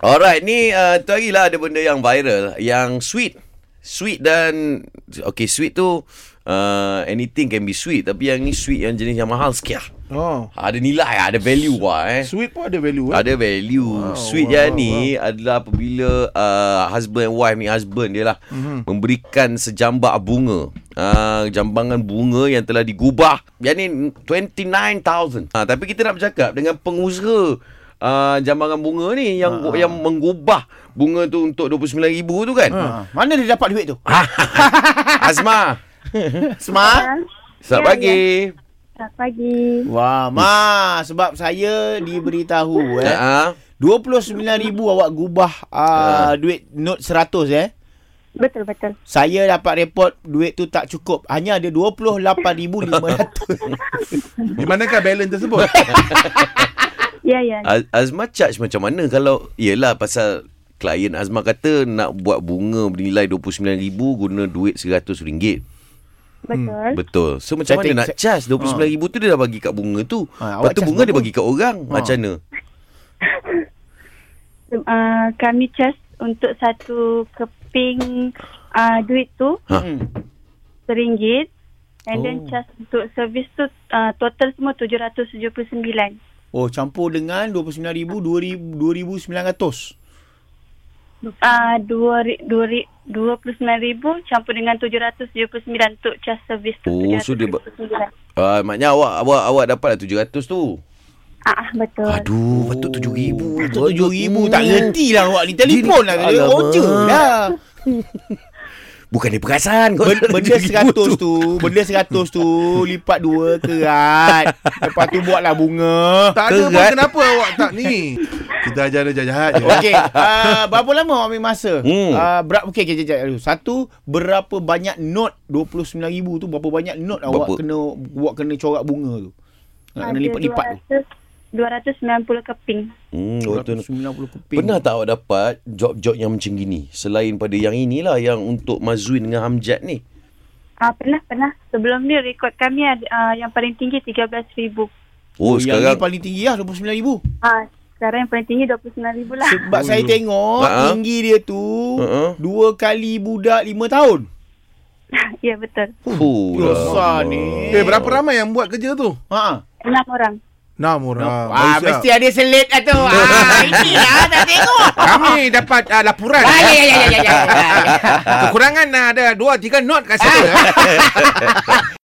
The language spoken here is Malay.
Alright, ni uh, tu hari lah ada benda yang viral yang sweet. Sweet dan okay, sweet tu uh, anything can be sweet tapi yang ni sweet yang jenis yang mahal sikit lah. Oh. Ada nilai lah, ada value lah eh. Sweet pun ada value eh. Ada value. Wow, sweet wow, yang ni adalah apabila uh, husband and wife ni husband dia lah Mhm. mm-hmm. memberikan sejambak bunga. Uh, jambangan bunga yang telah digubah. Yang ni 29,000. Ha, tapi kita nak bercakap dengan pengusaha uh, jambangan bunga ni yang Ah, ha. yang menggubah bunga tu untuk 29,000 tu kan. Ha. Ha. Mana dia dapat duit tu? Azma, Smart. Ah? selamat Ya, pagi. Selamat pagi. Wah, ma sebab saya diberitahu Ya. eh. Ha. 29,000 awak gubah Ya. uh, duit note 100 eh. Betul betul. Saya dapat report duit tu tak cukup. Hanya ada 28,500. Di manakah balance tersebut? Ya ya. Az- Azma charge macam mana kalau Yelah pasal klien Azma kata nak buat bunga bernilai RM29,000 guna duit RM100. hmm, Betul. Betul. So macam Eh? Saya mana tengok- nak charge RM29,000 tu dia dah bagi kat bunga tu. Lepas Ha, awak tu charge bunga dia berapa? Ah. bagi kat orang. Macam mana? Uh, kami charge untuk satu keping uh, duit tu Ha. RM1. And then Hmm. Oh. charge untuk servis tu uh, total semua RM779. oh, campur dengan 29,000 2000 2,900. Ah uh, 29,000 campur dengan 779 untuk charge servis tu. Oh, so dia ba- RM779. Ah, maknanya awak awak awak dapat lah RM700 tu. Ah ah, betul. Aduh, patut RM7,000. Patut 7,000 tak reti lah awak ni telefon lah Oh, Jadi- dia voucher Alamak. lah. Bukan dia perasan kot. Ben, benda RM7,000 seratus tu Benda seratus tu Lipat dua kerat Lepas tu buatlah bunga tak ada pun Kerat. kenapa awak tak ni? Kita ajar dia jahat je. Okey uh, Berapa lama awak ambil Hmm. masa? Hmm. Uh, berapa Okey okay, okay, okay. Satu Berapa banyak note 29,000 tu Berapa banyak note berapa? awak Berapa? kena Awak kena corak bunga tu Nak kena Ada lipat-lipat tu 200, 290 keping. Hmm, oh, tu 290 keping Pernah tak awak dapat job-job yang macam gini? Selain pada yang inilah yang untuk Mazwin dengan Hamjad ni. Ah pernah pernah. Sebelum ni rekod kami ada uh, yang paling tinggi 13000. Oh, oh Yang ni sekarang paling tinggi lah 29,000 Ah sekarang yang paling tinggi 29000 lah. Sebab saya tengok Ha-ha. Tinggi dia tu Ha-ha. Dua kali budak lima tahun ya betul. Fuh, Besar ni Eh, berapa ramai yang buat kerja tu? Haa Enam orang. Enam orang. Ah, Bagus, mesti ada selit lah tu. Ah, inilah tak tengok. Kami dapat uh, laporan Ah, ya, ya. ya, ya, ya, ya, ah, ya. Ah. eh. Kekurangan uh, ada 2 3 not kat situ. ya.